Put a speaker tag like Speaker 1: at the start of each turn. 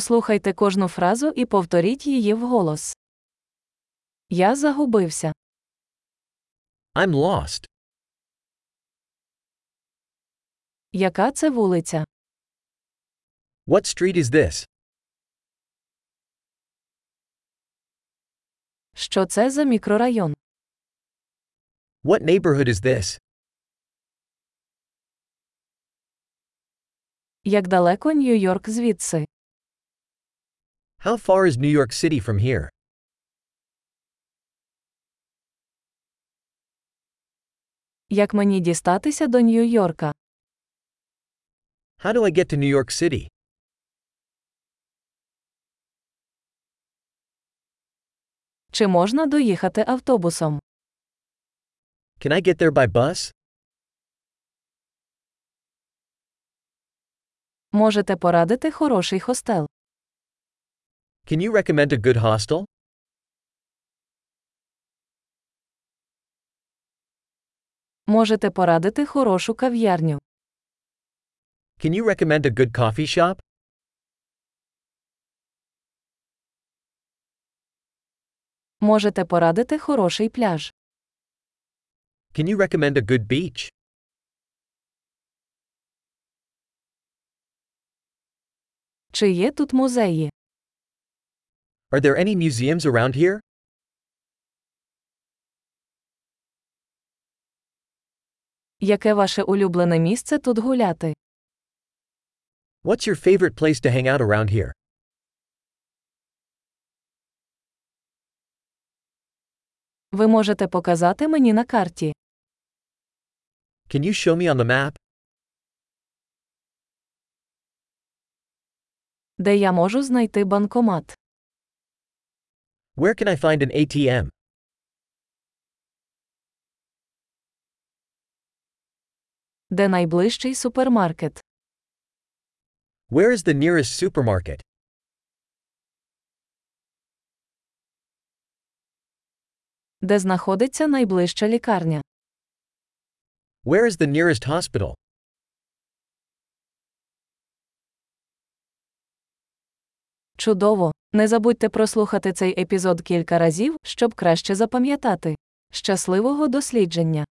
Speaker 1: Послухайте кожну фразу і повторіть її вголос. Я загубився.
Speaker 2: I'm lost.
Speaker 1: Яка це вулиця?
Speaker 2: What street is this?
Speaker 1: Що це за мікрорайон?
Speaker 2: What neighborhood is this?
Speaker 1: Як далеко Нью-Йорк звідси?
Speaker 2: How far is New York City from here?
Speaker 1: Як мені дістатися до Нью-Йорка?
Speaker 2: How do I get to New York City?
Speaker 1: Чи можна доїхати автобусом?
Speaker 2: Can I get there by bus?
Speaker 1: Можете порадити хороший хостел.
Speaker 2: Can you recommend a good hostel?
Speaker 1: Можете порадити хорошу кав'ярню.
Speaker 2: Can you recommend a good coffee shop?
Speaker 1: Можете порадити хороший пляж.
Speaker 2: Can you recommend a good beach?
Speaker 1: Чи є тут музеї?
Speaker 2: Are there any museums around here?
Speaker 1: Яке ваше улюблене місце тут гуляти?
Speaker 2: What's your favorite place to hang out around here?
Speaker 1: Ви можете показати мені на карті.
Speaker 2: Can you show me on the map?
Speaker 1: Де я можу знайти банкомат?
Speaker 2: Where can I find an ATM?
Speaker 1: Де найближчий супермаркет?
Speaker 2: Where is the nearest supermarket?
Speaker 1: Де знаходиться найближча лікарня?
Speaker 2: Where is the nearest hospital?
Speaker 1: Чудово! Не забудьте прослухати цей епізод кілька разів, щоб краще запам'ятати. Щасливого дослідження!